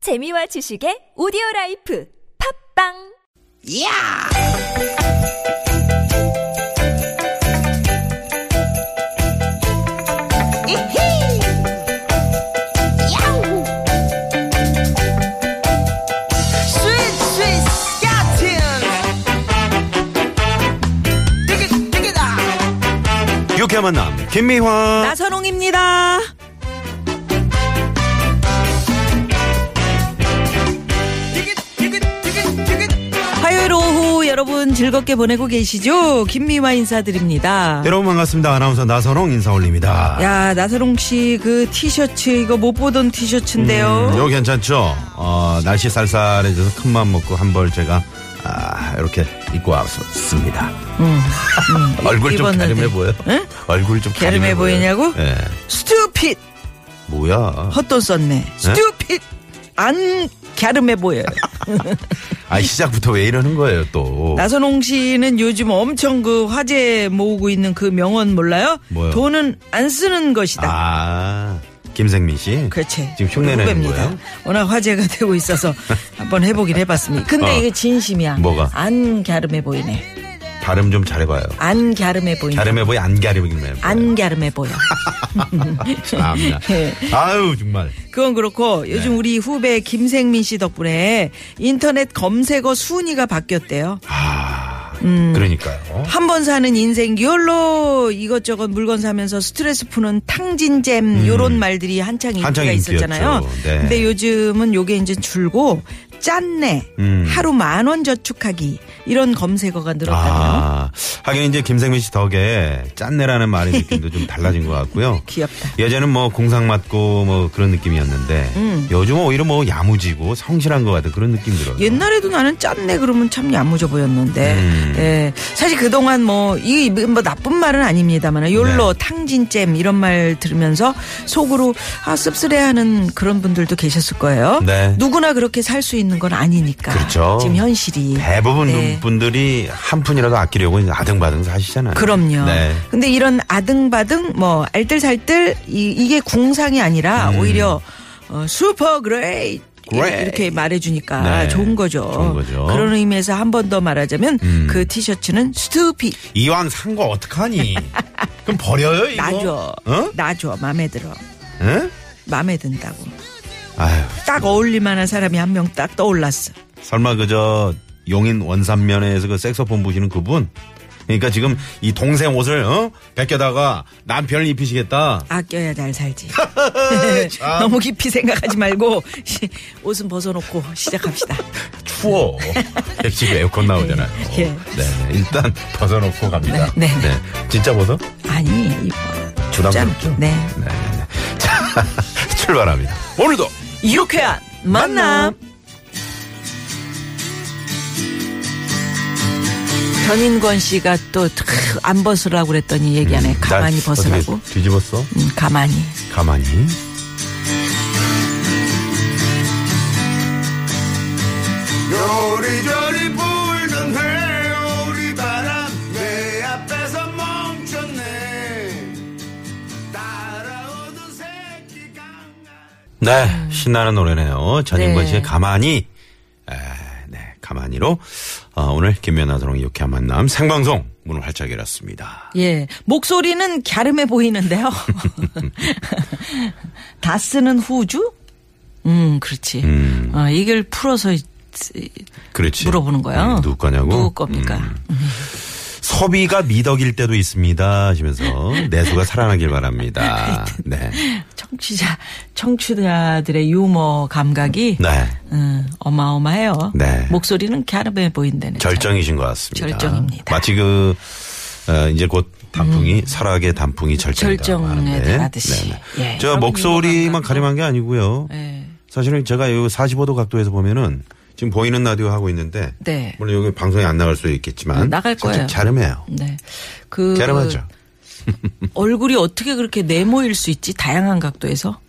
재미와 지식의 오디오 라이프 팝빵 야! 이히! 야우! 스윗, 스윗, 스캇틴! 티켓, 티켓아! 유쾌한 만남 김미화 나선홍입니다. 티켓, 티켓, 티켓, 티켓! 화요일 오후 여러분 즐겁게 보내고 계시죠? 김미화 인사드립니다. 여러분 반갑습니다 아나운서 나선홍 인사 올립니다 야 나선홍 씨 그 티셔츠 이거 못 보던 티셔츠인데요. 음, 이거 괜찮죠 어, 날씨 쌀쌀해져서 큰맘 먹고 한 벌 제가 아, 이렇게 입고 왔습니다 얼굴 좀 음, 입었는데. 갸름해 보여 응? 얼굴 좀 갸름해 보여. 보이냐고? 예 스튜핏 뭐야 헛돈 썼네. 스튜핏 안 갸름해 보여요. 아 시작부터 왜 이러는 거예요 또 나선홍 씨는 요즘 엄청 그 화제 모으고 있는 그 명언 몰라요? 뭐요? 돈은 안 쓰는 것이다. 아, 김생민 씨 그렇지. 지금 흉내 우리 내는 후배입니다. 거예요? 워낙 화제가 되고 있어서 한번 해보긴 해봤습니다. 근데 어. 이게 진심이야. 뭐가? 안 갸름해 보이네. 발음 좀 잘해봐요 안 갸름해 보이네. 갸름해 보여 안 갸름해 보여 안 갸름해 보여. 참나 예. 아유 정말 그건 그렇고 요즘 네. 우리 후배 김생민 씨 덕분에 인터넷 검색어 순위가 바뀌었대요. 아 음. 그러니까요 한 번 사는 인생 욜로 이것저것 물건 사면서 스트레스 푸는 탕진잼 요런 말들이 한창 음. 인기가 한창 있었잖아요. 인기였죠. 네. 근데 요즘은 요게 이제 줄고 짠내, 음. 하루 만 원 저축하기 이런 검색어가 늘었다네요. 아, 하긴 이제 김생민 씨 덕에 짠내라는 말의 느낌도 좀 달라진 것 같고요. 귀엽다. 예전엔 뭐 공상 맞고 뭐 그런 느낌이었는데 요즘은 오히려 뭐 야무지고 성실한 것 같은 그런 느낌 들어요. 음. 옛날에도 나는 짠내 그러면 참 야무져 보였는데 음. 예. 사실 그동안 뭐 이게 뭐 나쁜 말은 아닙니다만 욜로 네. 탕진잼 이런 말 들으면서 속으로 아 씁쓸해하는 그런 분들도 계셨을 거예요 네. 누구나 그렇게 살 수 있는 건 아니니까 그렇죠. 지금 현실이 대부분 네. 분들이 한 푼이라도 아끼려고 이제 아등바등 사시잖아요. 그럼요. 네. 근데 이런 아등바등 뭐 알뜰살뜰 이, 게 궁상이 아니라 음. 오히려 어, 슈퍼 그레이 Great. 이렇게 말해주니까 네. 좋은 거죠. 좋은 거죠. 음. 그런 의미에서 한 번 더 말하자면 그 티셔츠는 스투피 이왕 산 거 어떡하니? 그럼 버려요 이거? 나줘, 어? 나줘 마음에 들어, 응? 마음에 든다고. 아유, 딱 어울릴만한 사람이 한 명 딱 떠올랐어. 설마 그저 용인 원산면에서 그 색소폰 부시는 그분? 그러니까 지금 이 동생 옷을 어? 벗겨다가 남편을 입히시겠다. 아껴야 잘 살지. 너무 깊이 생각하지 말고 시- 옷은 벗어놓고 시작합시다. 추워. 지금 에어컨 나오잖아요. 예. 네, 일단 벗어놓고 갑니다. 네, 네. 진짜 벗어? 아니, 이- 부담스럽죠? 네. 네, 네. 자, 출발합니다. 오늘도 유쾌한 만남. 전인권 씨가 또 안 벗으라고 그랬더니 얘기하네. 가만히 날 벗으라고. 음, 어떻게 뒤집었어? 음, 가만히. 가만히. 요리조리 불던 회오리 바람 내 앞에서 멈췄네 따라오던 새끼 강아 네, 신나는 노래네요. 전인권 네. 씨의 가만히. 에, 네, 가만히로. 어, 오늘 김연아도롱 유쾌한 만남 생방송 문을 활짝 열었습니다. 예. 목소리는 갸름해 보이는데요. 다 쓰는 후주? 음, 그렇지. 음. 어, 이걸 풀어서 이- 그렇지. 물어보는 거예요. 음, 누구 거냐고? 누구 겁니까? 음. 소비가 미덕일 때도 있습니다 하시면서 내수가 살아나길 바랍니다. 네. 청취자, 청취자들의 유머 감각이 네. 음, 어마어마해요. 네. 목소리는 갸름해 보인다는 점. 절정이신 것 같습니다. 절정입니다. 음. 마치 그, 어, 이제 곧 단풍이, 설악의 단풍이 절정이다. 네, 절정에 달하듯이. 예, 저 여러분 목소리만 유머감각도. 가림한 게 아니고요. 예. 사실은 제가 요 45도 각도에서 보면은 지금 보이는 라디오 하고 있는데. 네. 물론 여기 방송에 안 나갈 수 있겠지만. 나갈 거예요. 살짝 갸름해요. 네. 그 갸름하죠. 음. 얼굴이 어떻게 그렇게 네모일 수 있지? 다양한 각도에서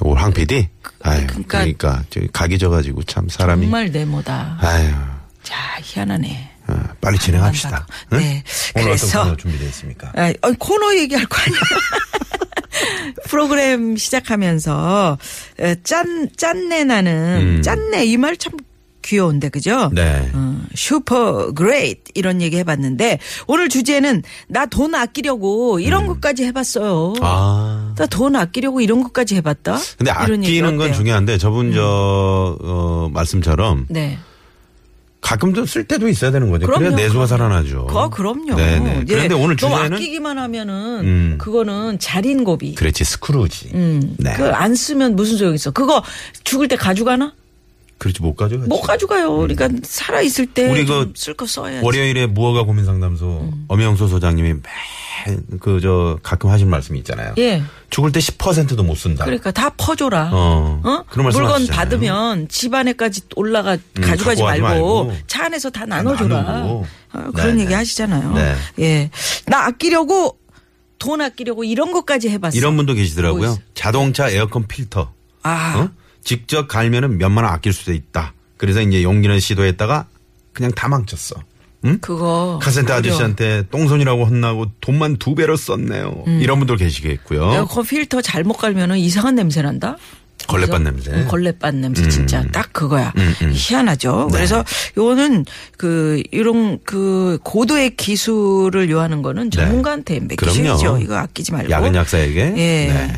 오, 황 PD? 아유, 그러니까- 그러니까. 저기 각이 져가지고 참 사람이. 정말 네모다. 아유, 자 희한하네. 어, 빨리 진행합시다. 안 봐도. 네. 오늘 그래서- 어떤 코너 준비되어 있습니까? 아, 아니, 코너 얘기할 거 아니야. 프로그램 시작하면서 에, 짠 짠내 나는 음. 짠내 이 말 참 귀여운데 그죠? 네. 어, 슈퍼 그레이트 이런 얘기 해봤는데 오늘 주제는 나 돈 아끼려고 이런 것까지 해봤어요. 음. 아. 나 돈 아끼려고 이런 것까지 해봤다. 근데 이런 얘기 아끼는 건 어때요? 음. 중요한데 저분 저 어, 말씀처럼 네. 가끔 좀 쓸 때도 있어야 되는 거죠. 그래야 그럼요. 내수가 살아나죠. 아, 그럼요. 어. 네네. 예. 그런데 오늘 너무 주제는 아끼기만 하면은 음. 그거는 자린고비. 그렇지 스크루지. 네. 그 안 쓰면 무슨 소용 있어? 그거 죽을 때 가져가나? 그렇지 못 가져가지. 못 가져가요. 그러니까 살아 있을 음. 우리 그 때쓸거 써야지. 월요일에 무허가 고민 상담소 음. 엄영소 소장님이 그 저 가끔 하신 말씀이 있잖아요. 예. 죽을 때 10%도 못 쓴다. 그러니까 다 퍼줘라. 어. 어? 그런 말씀 물건 하시잖아요. 음, 받으면 집 안에까지 올라가 갖고 가지 가져가지 말고, 말고. 아, 차 안에서 다 나눠줘라. 나누고. 어, 그런 네, 얘기 네. 하시잖아요. 네. 예, 나 아끼려고 돈 아끼려고 이런 것까지 해봤어. 이런 분도 뭐 계시더라고요. 있어요? 자동차 에어컨 필터. 아, 어? 직접 갈면은 몇만 원 아낄 수도 있다. 그래서 이제 용기는 시도했다가 그냥 다 망쳤어. 응? 그거 카센터 어려워. 아저씨한테 똥손이라고 혼나고 돈만 두 배로 썼네요. 음. 이런 분들 계시겠고요. 에어컨 필터 잘못 갈면은 이상한 냄새 난다. 걸레밭 그래서, 냄새. 음, 음, 걸레밭 냄새 진짜 딱 그거야. 희한하죠. 네. 그래서 요거는 그 이런 그 고도의 기술을 요하는 거는 전문가한테 맡기시죠. 네. 그럼요. 이거 아끼지 말고. 야근 약사에게. 예. 네.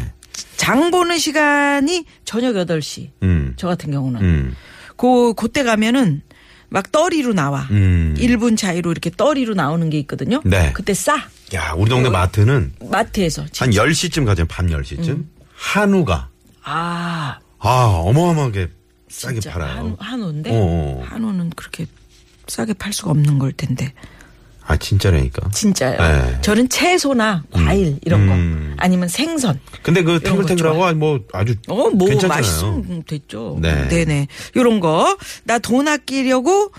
장 보는 시간이 저녁 8시. 음. 저 같은 경우는. 음. 그, 그때 가면은 막 떠리로 나와. 음. 1분 자이로 이렇게 떠리로 나오는 게 있거든요. 네. 그때 싸. 야, 우리 어, 동네 마트는 마트에서. 한 10시쯤 가죠. 밤 10시쯤. 음. 한우가 아. 아, 어마어마하게 싸게 진짜 팔아요. 한우, 한우인데? 어, 어. 한우는 그렇게 싸게 팔 수가 없는 걸 텐데. 아, 진짜라니까. 진짜요. 네. 저는 채소나 과일 이런 거 음. 아니면 생선. 근데 그 이런 거 탱글탱글하고 뭐 아주 어, 뭐 괜찮잖아요. 맛있으면 됐죠. 네. 네네. 요런 거. 나 돈 아끼려고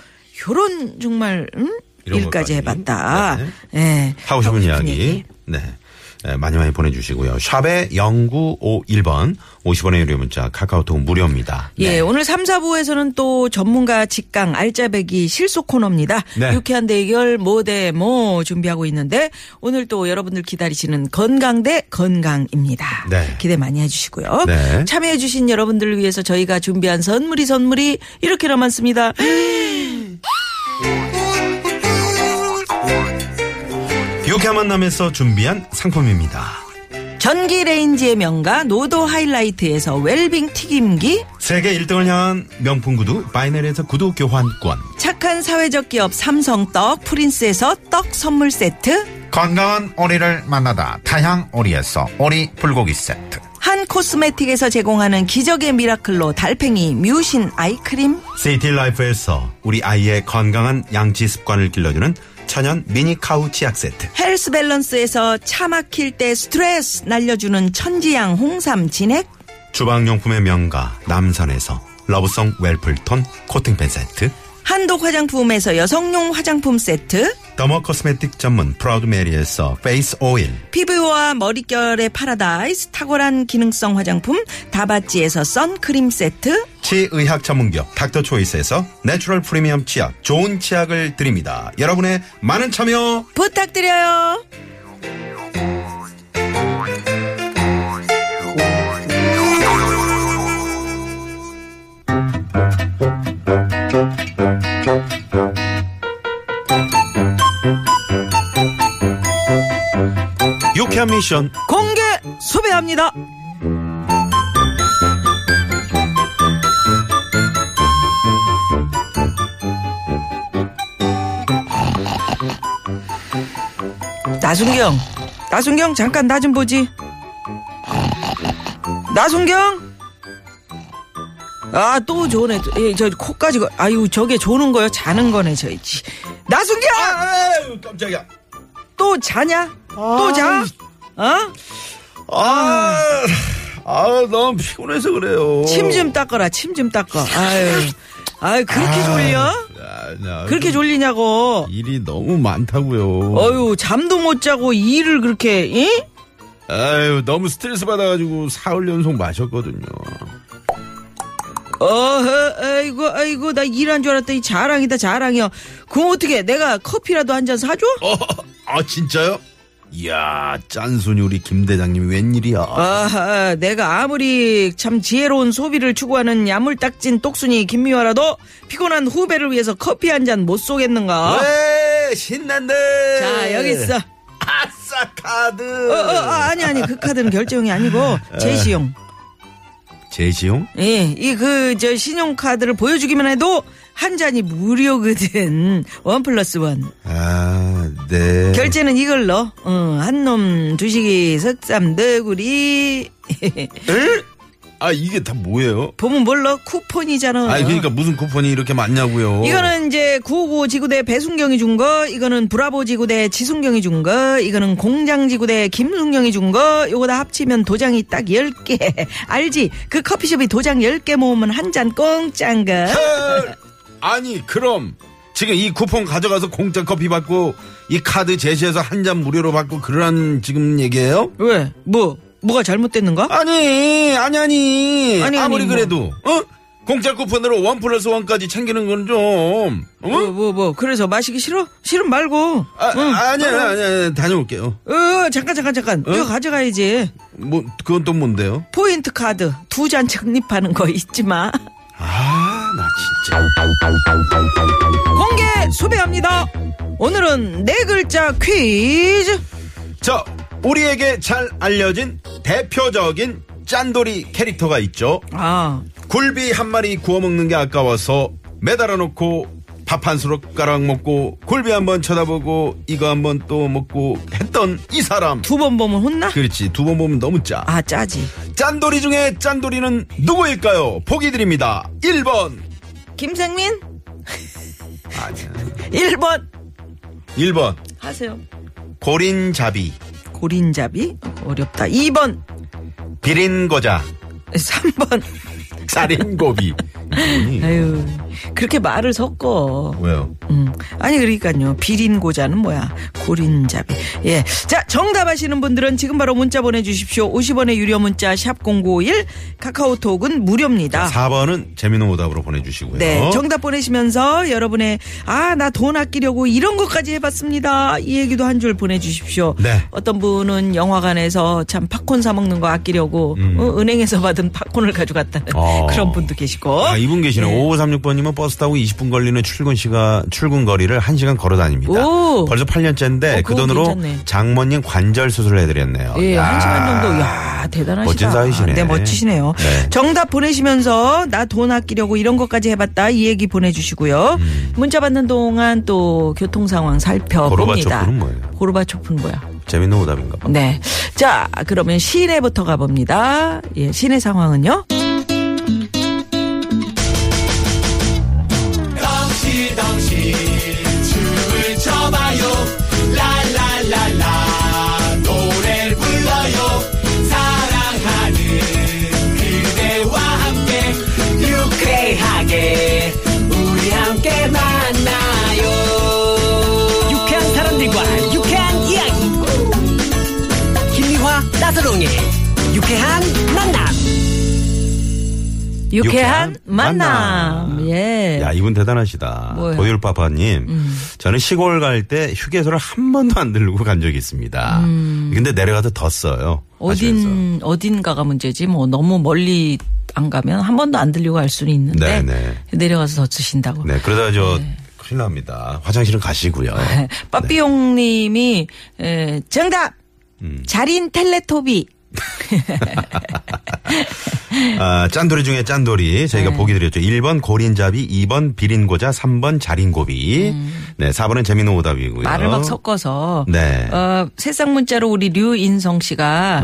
요런 정말 음? 이런 것까지. 일까지 해봤다. 네. 예. 하고 싶은 이야기. 얘기. 네. 네, 많이 많이 보내주시고요. 샵에 0951번 50원의 유료 문자 카카오톡 무료입니다. 예, 네. 오늘 3, 4부에서는 또 전문가 직강 알짜배기 실속 코너입니다. 네. 유쾌한 대결 뭐 대 뭐 준비하고 있는데 오늘 또 여러분들 기다리시는 건강 대 건강입니다. 네. 기대 많이 해주시고요. 네. 참여해주신 여러분들을 위해서 저희가 준비한 선물이 선물이 이렇게나 많습니다. 유쾌한 만남에서 준비한 상품입니다. 전기 레인지의 명가 노도 하이라이트에서 웰빙 튀김기 세계 1등을 향한 명품 구두 바이넬에서 구두 교환권 착한 사회적 기업 삼성떡 프린스에서 떡 선물 세트 건강한 오리를 만나다 타향 오리에서 오리 불고기 세트 한 코스메틱에서 제공하는 기적의 미라클로 달팽이 뮤신 아이크림 세이티라이프에서 우리 아이의 건강한 양치 습관을 길러주는 천연 미니 카우치 약세트 헬스 밸런스에서 차 막힐 때 스트레스 날려주는 천지양 홍삼 진액 주방용품의 명가 남산에서 러브송 웰플톤 코팅팬 세트 한독 화장품에서 여성용 화장품 세트 더머 코스메틱 전문 프라우드 메리에서 페이스 오일 피부와 머릿결의 파라다이스 탁월한 기능성 화장품 다바찌에서 선크림 세트 치의학 전문기업 닥터 초이스에서 내추럴 프리미엄 치약 좋은 치약을 드립니다 여러분의 많은 참여 부탁드려요. 유쾌한 미션 공개 수배합니다. 나순경, 나순경 잠깐 나 좀 보지. 나순경. 아 또 조네, 예, 저 코까지 거. 아유 저게 조는 거요, 자는 거네 저 있지. 나순경, 아유 깜짝이야 또 자냐? 또 자? 어? 아, 아, 너무 피곤해서 그래요. 침 좀 닦아라, 침 좀 닦아. 아유, 아유, 그렇게 졸려? 아, 나 그렇게 좀 졸리냐고. 일이 너무 많다고요. 어유, 잠도 못 자고 일을 그렇게, 이? 아유, 너무 스트레스 받아가지고 사흘 연속 마셨거든요. 어, 아이고, 아이고, 나 일한 줄 알았더니 자랑이다, 자랑이야. 그럼 어떻게, 내가 커피라도 한 잔 사줘? 어, 아 진짜요? 이야, 짠순이 우리 김 대장님 웬일이야. 아하, 내가 아무리 참 지혜로운 소비를 추구하는 야물딱진 똑순이 김미화라도 피곤한 후배를 위해서 커피 한 잔 못 쏘겠는가? 왜 신난데? 어? 자 여기 있어. 아싸 카드. 어, 어, 어, 아니 아니 그 카드는 결제용이 아니고 제시용. 제시용? 예, 이 그 저 신용카드를 보여주기만 해도 한 잔이 무료거든. 원 플러스 원. 아, 네. 결제는 이걸로. 어, 한놈 주식이 석삼 너구리. 에? 아 이게 다 뭐예요? 보면 뭘로 쿠폰이잖아. 아 그러니까 뭐. 무슨 쿠폰이 이렇게 많냐고요. 어. 이거는 이제 959 지구대 배순경이 준 거, 이거는 브라보 지구대 지순경이 준 거, 이거는 공장 지구대 김순경이 준 거, 요거 다 합치면 도장이 딱 10개. 알지? 그 커피숍이 도장 10개 모으면 한 잔 공짜인가? 헐! 아! 아니 그럼 지금 이 쿠폰 가져가서 공짜 커피 받고 이 카드 제시해서 한 잔 무료로 받고 그러한 지금 얘기예요? 왜? 뭐? 뭐가 잘못됐는가? 아니 아니 아니, 아니, 아무리 뭐. 그래도 어 공짜 쿠폰으로 원 플러스 원까지 챙기는 건 좀 어? 뭐, 뭐, 뭐. 그래서 마시기 싫어? 싫으면 말고. 아, 응. 아니야 아니야 아니야. 다녀올게요. 어, 잠깐, 잠깐, 잠깐. 이거 가져가야지. 뭐 그건 또 뭔데요? 포인트 카드 두 잔 적립하는 거 잊지 마. 아 나 진짜 공개 수배합니다. 오늘은 네 글자 퀴즈. 자, 우리에게 잘 알려진 대표적인 짠돌이 캐릭터가 있죠. 아, 굴비 한 마리 구워 먹는 게 아까워서 매달아 놓고 밥 한 수럭 가락 먹고 굴비 한 번 쳐다보고 이거 한 번 또 먹고 했던 이 사람. 두 번 보면 혼나? 그렇지. 두 번 보면 너무 짜. 아, 짜지. 짠돌이 중에 짠돌이는 누구일까요? 보기 드립니다. 1번. 김생민? 아니야. 1번. 1번. 하세요. 고린잡이. 고린잡이? 어렵다. 2번. 비린고자. 3번. 살인고비. 이분이 아유, 그렇게 말을 섞어. 왜요? 음. 아니, 그러니까요. 비린고자는 뭐야? 고린잡이. 예. 자, 정답 아시는 분들은 지금 바로 문자 보내주십시오. 50원의 유료 문자, 샵0951. 카카오톡은 무료입니다. 4번은 재미있는 오답으로 보내주시고요. 아. 네, 정답 보내시면서 여러분의 아 나 돈 아끼려고 이런 것까지 해봤습니다. 이 얘기도 한 줄 보내주십시오. 네. 어떤 분은 영화관에서 참 팝콘 사 먹는 거 아끼려고 어, 은행에서 받은 팝콘을 가져갔다는 음. 어. 그런 분도 계시고. 아, 이분 계시네. 5536번님은 버스 타고 20분 걸리는 출근 시간, 출근 거리를 1시간 걸어 다닙니다. 오. 벌써 8년째인데 어, 그 그건 돈으로 괜찮네. 장모님 관절 수술을 해드렸네요. 아, 예, 야. 한 시간 정도. 야 대단하시다. 멋진 사이시네. 네, 멋지시네요. 네. 정답 보내시면서 나 돈 아끼려고 이런 것까지 해봤다 이 얘기 보내주시고요. 문자 받는 동안 또 교통 상황 살펴봅니다. 음. 고르바초프는 뭐예요? 고르바초프는 뭐야? 재밌는 오답인가 봐. 네. 자, 그러면 시내부터 가봅니다. 예, 시내 상황은요? 유쾌한 사람들과 유쾌한 이야기. 김미화 나서롱의 유쾌한 만남. 유쾌한 유쾌한 만남. 만남. 예. 야, 이분 대단하시다. 뭐예요? 음. 도율파파님. 저는 시골 갈 때 휴게소를 한 번도 안 들고 간 적이 있습니다. 근데 내려가서 덧어요. 하시면서. 음. 어딘, 어딘가가 문제지. 뭐, 너무 멀리 안 가면 한 번도 안 들리고 갈 수는 있는데. 네, 네. 내려가서 더 쓰신다고. 네, 그러다 저 큰일 납니다. 화장실은 가시고요. 네. 빠삐용 님이, 에, 정답! 음. 자린 텔레토비. 아, 짠돌이 중에 짠돌이 저희가 네. 보기 드렸죠. 1번 고린잡이, 2번 비린고자, 3번 자린고비. 네, 4번은 재미있는 오답이고요. 음. 말을 막 섞어서 네. 어, 새싹 문자로 우리 류인성 씨가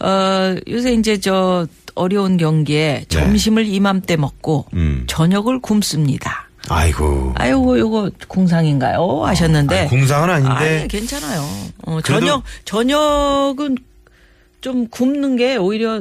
어. 요새 이제 저 어려운 경기에 점심을 이맘때 먹고 네. 음. 저녁을 굶습니다. 아이고. 아유, 요거- 요거 공상인가요? 하셨는데. 어. 아니, 공상은 아닌데. 아니, 괜찮아요. 어, 그래도- 저녁 저녁은 좀 굶는 게 오히려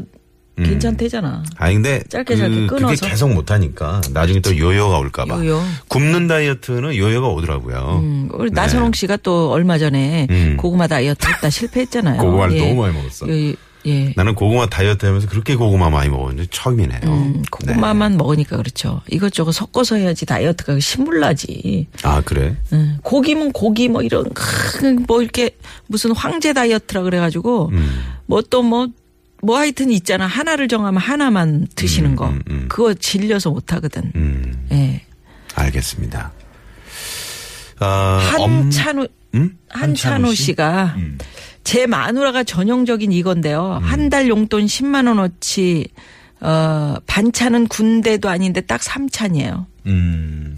음. 괜찮대잖아. 아니, 근데 짧게 짧게 그, 그게 끊어서. 계속 못하니까 나중에 또 요요가 올까봐. 요요. 굶는 다이어트는 요요가 오더라고요. 음, 우리 나선홍 씨가 또 얼마 전에 네. 음. 고구마 다이어트 했다 실패했잖아요. 고구마를 너무 많이 먹었어. 네. 예, 예. 나는 고구마 다이어트 하면서 그렇게 고구마 많이 먹었는데 처음이네요. 음, 고구마만 먹으니까 그렇죠. 이것저것 섞어서 해야지 다이어트가 신물나지. 네. 아 그래? 음, 고기면 고기 뭐 이런 큰 뭐 이렇게 무슨 황제 다이어트라 그래가지고 음. 뭐 또 뭐 뭐 하여튼 있잖아 하나를 정하면 하나만 드시는 거 그거 질려서 못 하거든. 음 예. 알겠습니다. 아, 엄- 한찬우 음? 한찬호 씨가 제 마누라가 전형적인 이건데요. 음. 한 달 용돈 10만 원어치 어 반찬은 군대도 아닌데 딱 3찬이에요. 음.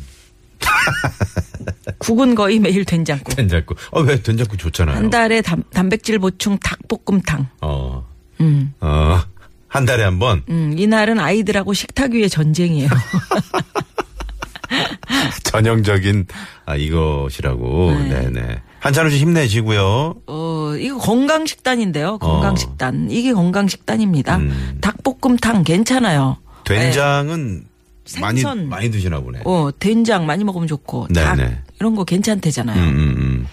국은 거의 매일 된장국. 된장국. 어왜 된장국 좋잖아요. 한 달에 단, 단백질 보충 닭볶음탕. 어. 어. 한 달에 한 번. 음, 이날은 아이들하고 식탁 위의 전쟁이에요. 전형적인 아 이것이라고. 네, 네. 한찬우 씨 힘내시고요. 어, 이거 어. 건강식단인데요. 건강식단. 이게 건강식단입니다. 음. 닭볶음탕 괜찮아요. 된장은 많이 생선. 많이 드시나 보네. 어, 된장 많이 먹으면 좋고. 네, 닭 네. 이런 거 괜찮대잖아요. 음, 음.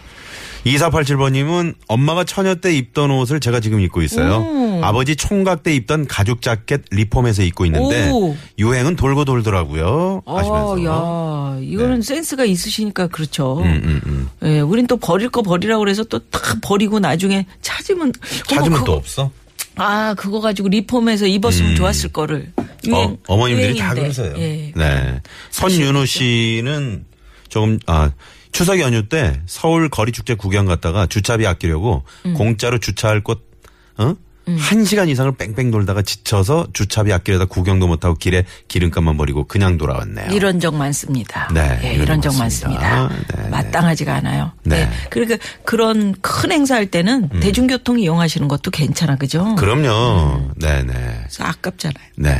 2487번님은 엄마가 처녀 때 입던 옷을 제가 지금 입고 있어요. 아버지 총각 때 입던 가죽 자켓 리폼해서 입고 있는데 오. 유행은 돌고 돌더라고요. 하시면서. 네. 어, 야, 이거는 센스가 있으시니까 그렇죠. 음, 음. 예, 우린 또 버릴 거 버리라고 그래서 또 다 버리고 나중에 찾으면 찾으면 어머, 또 그거- 없어? 아, 그거 가지고 리폼해서 입었으면 좋았을 거를. 유행, 어, 머님들이다 유행인데. 그러세요. 예. 네. 선윤우 씨는 조금 아 추석 연휴 때 서울 거리 축제 구경 갔다가 주차비 아끼려고 음. 공짜로 주차할 곳 어? 한 시간 이상을 뺑뺑 돌다가 지쳐서 주차비 아끼려다 구경도 못하고 길에 기름값만 버리고 그냥 돌아왔네요. 이런 적 많습니다. 네, 예, 이런 이런 적 적 많습니다. 많습니다. 네, 네. 마땅하지가 않아요. 네. 음. 네. 그러니까 그런 큰 행사할 때는 대중교통 이용하시는 것도 괜찮아, 그죠? 그럼요. 음. 네네. 그래서 아깝잖아요. 네.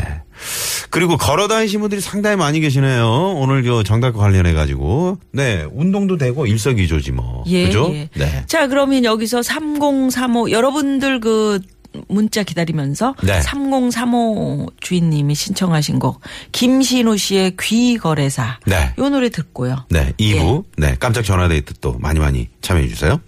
그리고 걸어 다니시는 분들이 상당히 많이 계시네요. 오늘 그 정답과 관련해 가지고. 네. 운동도 되고 일석이조지 뭐. 예. 그죠? 예. 네. 자, 그러면 여기서 3035 여러분들 그 문자 기다리면서 네. 3035 주인님이 신청하신 곡 김신우 씨의 귀거래사. 네. 요 노래 듣고요. 네, 2부. 네, 깜짝 전화 데이트 또 많이 많이 참여해 주세요.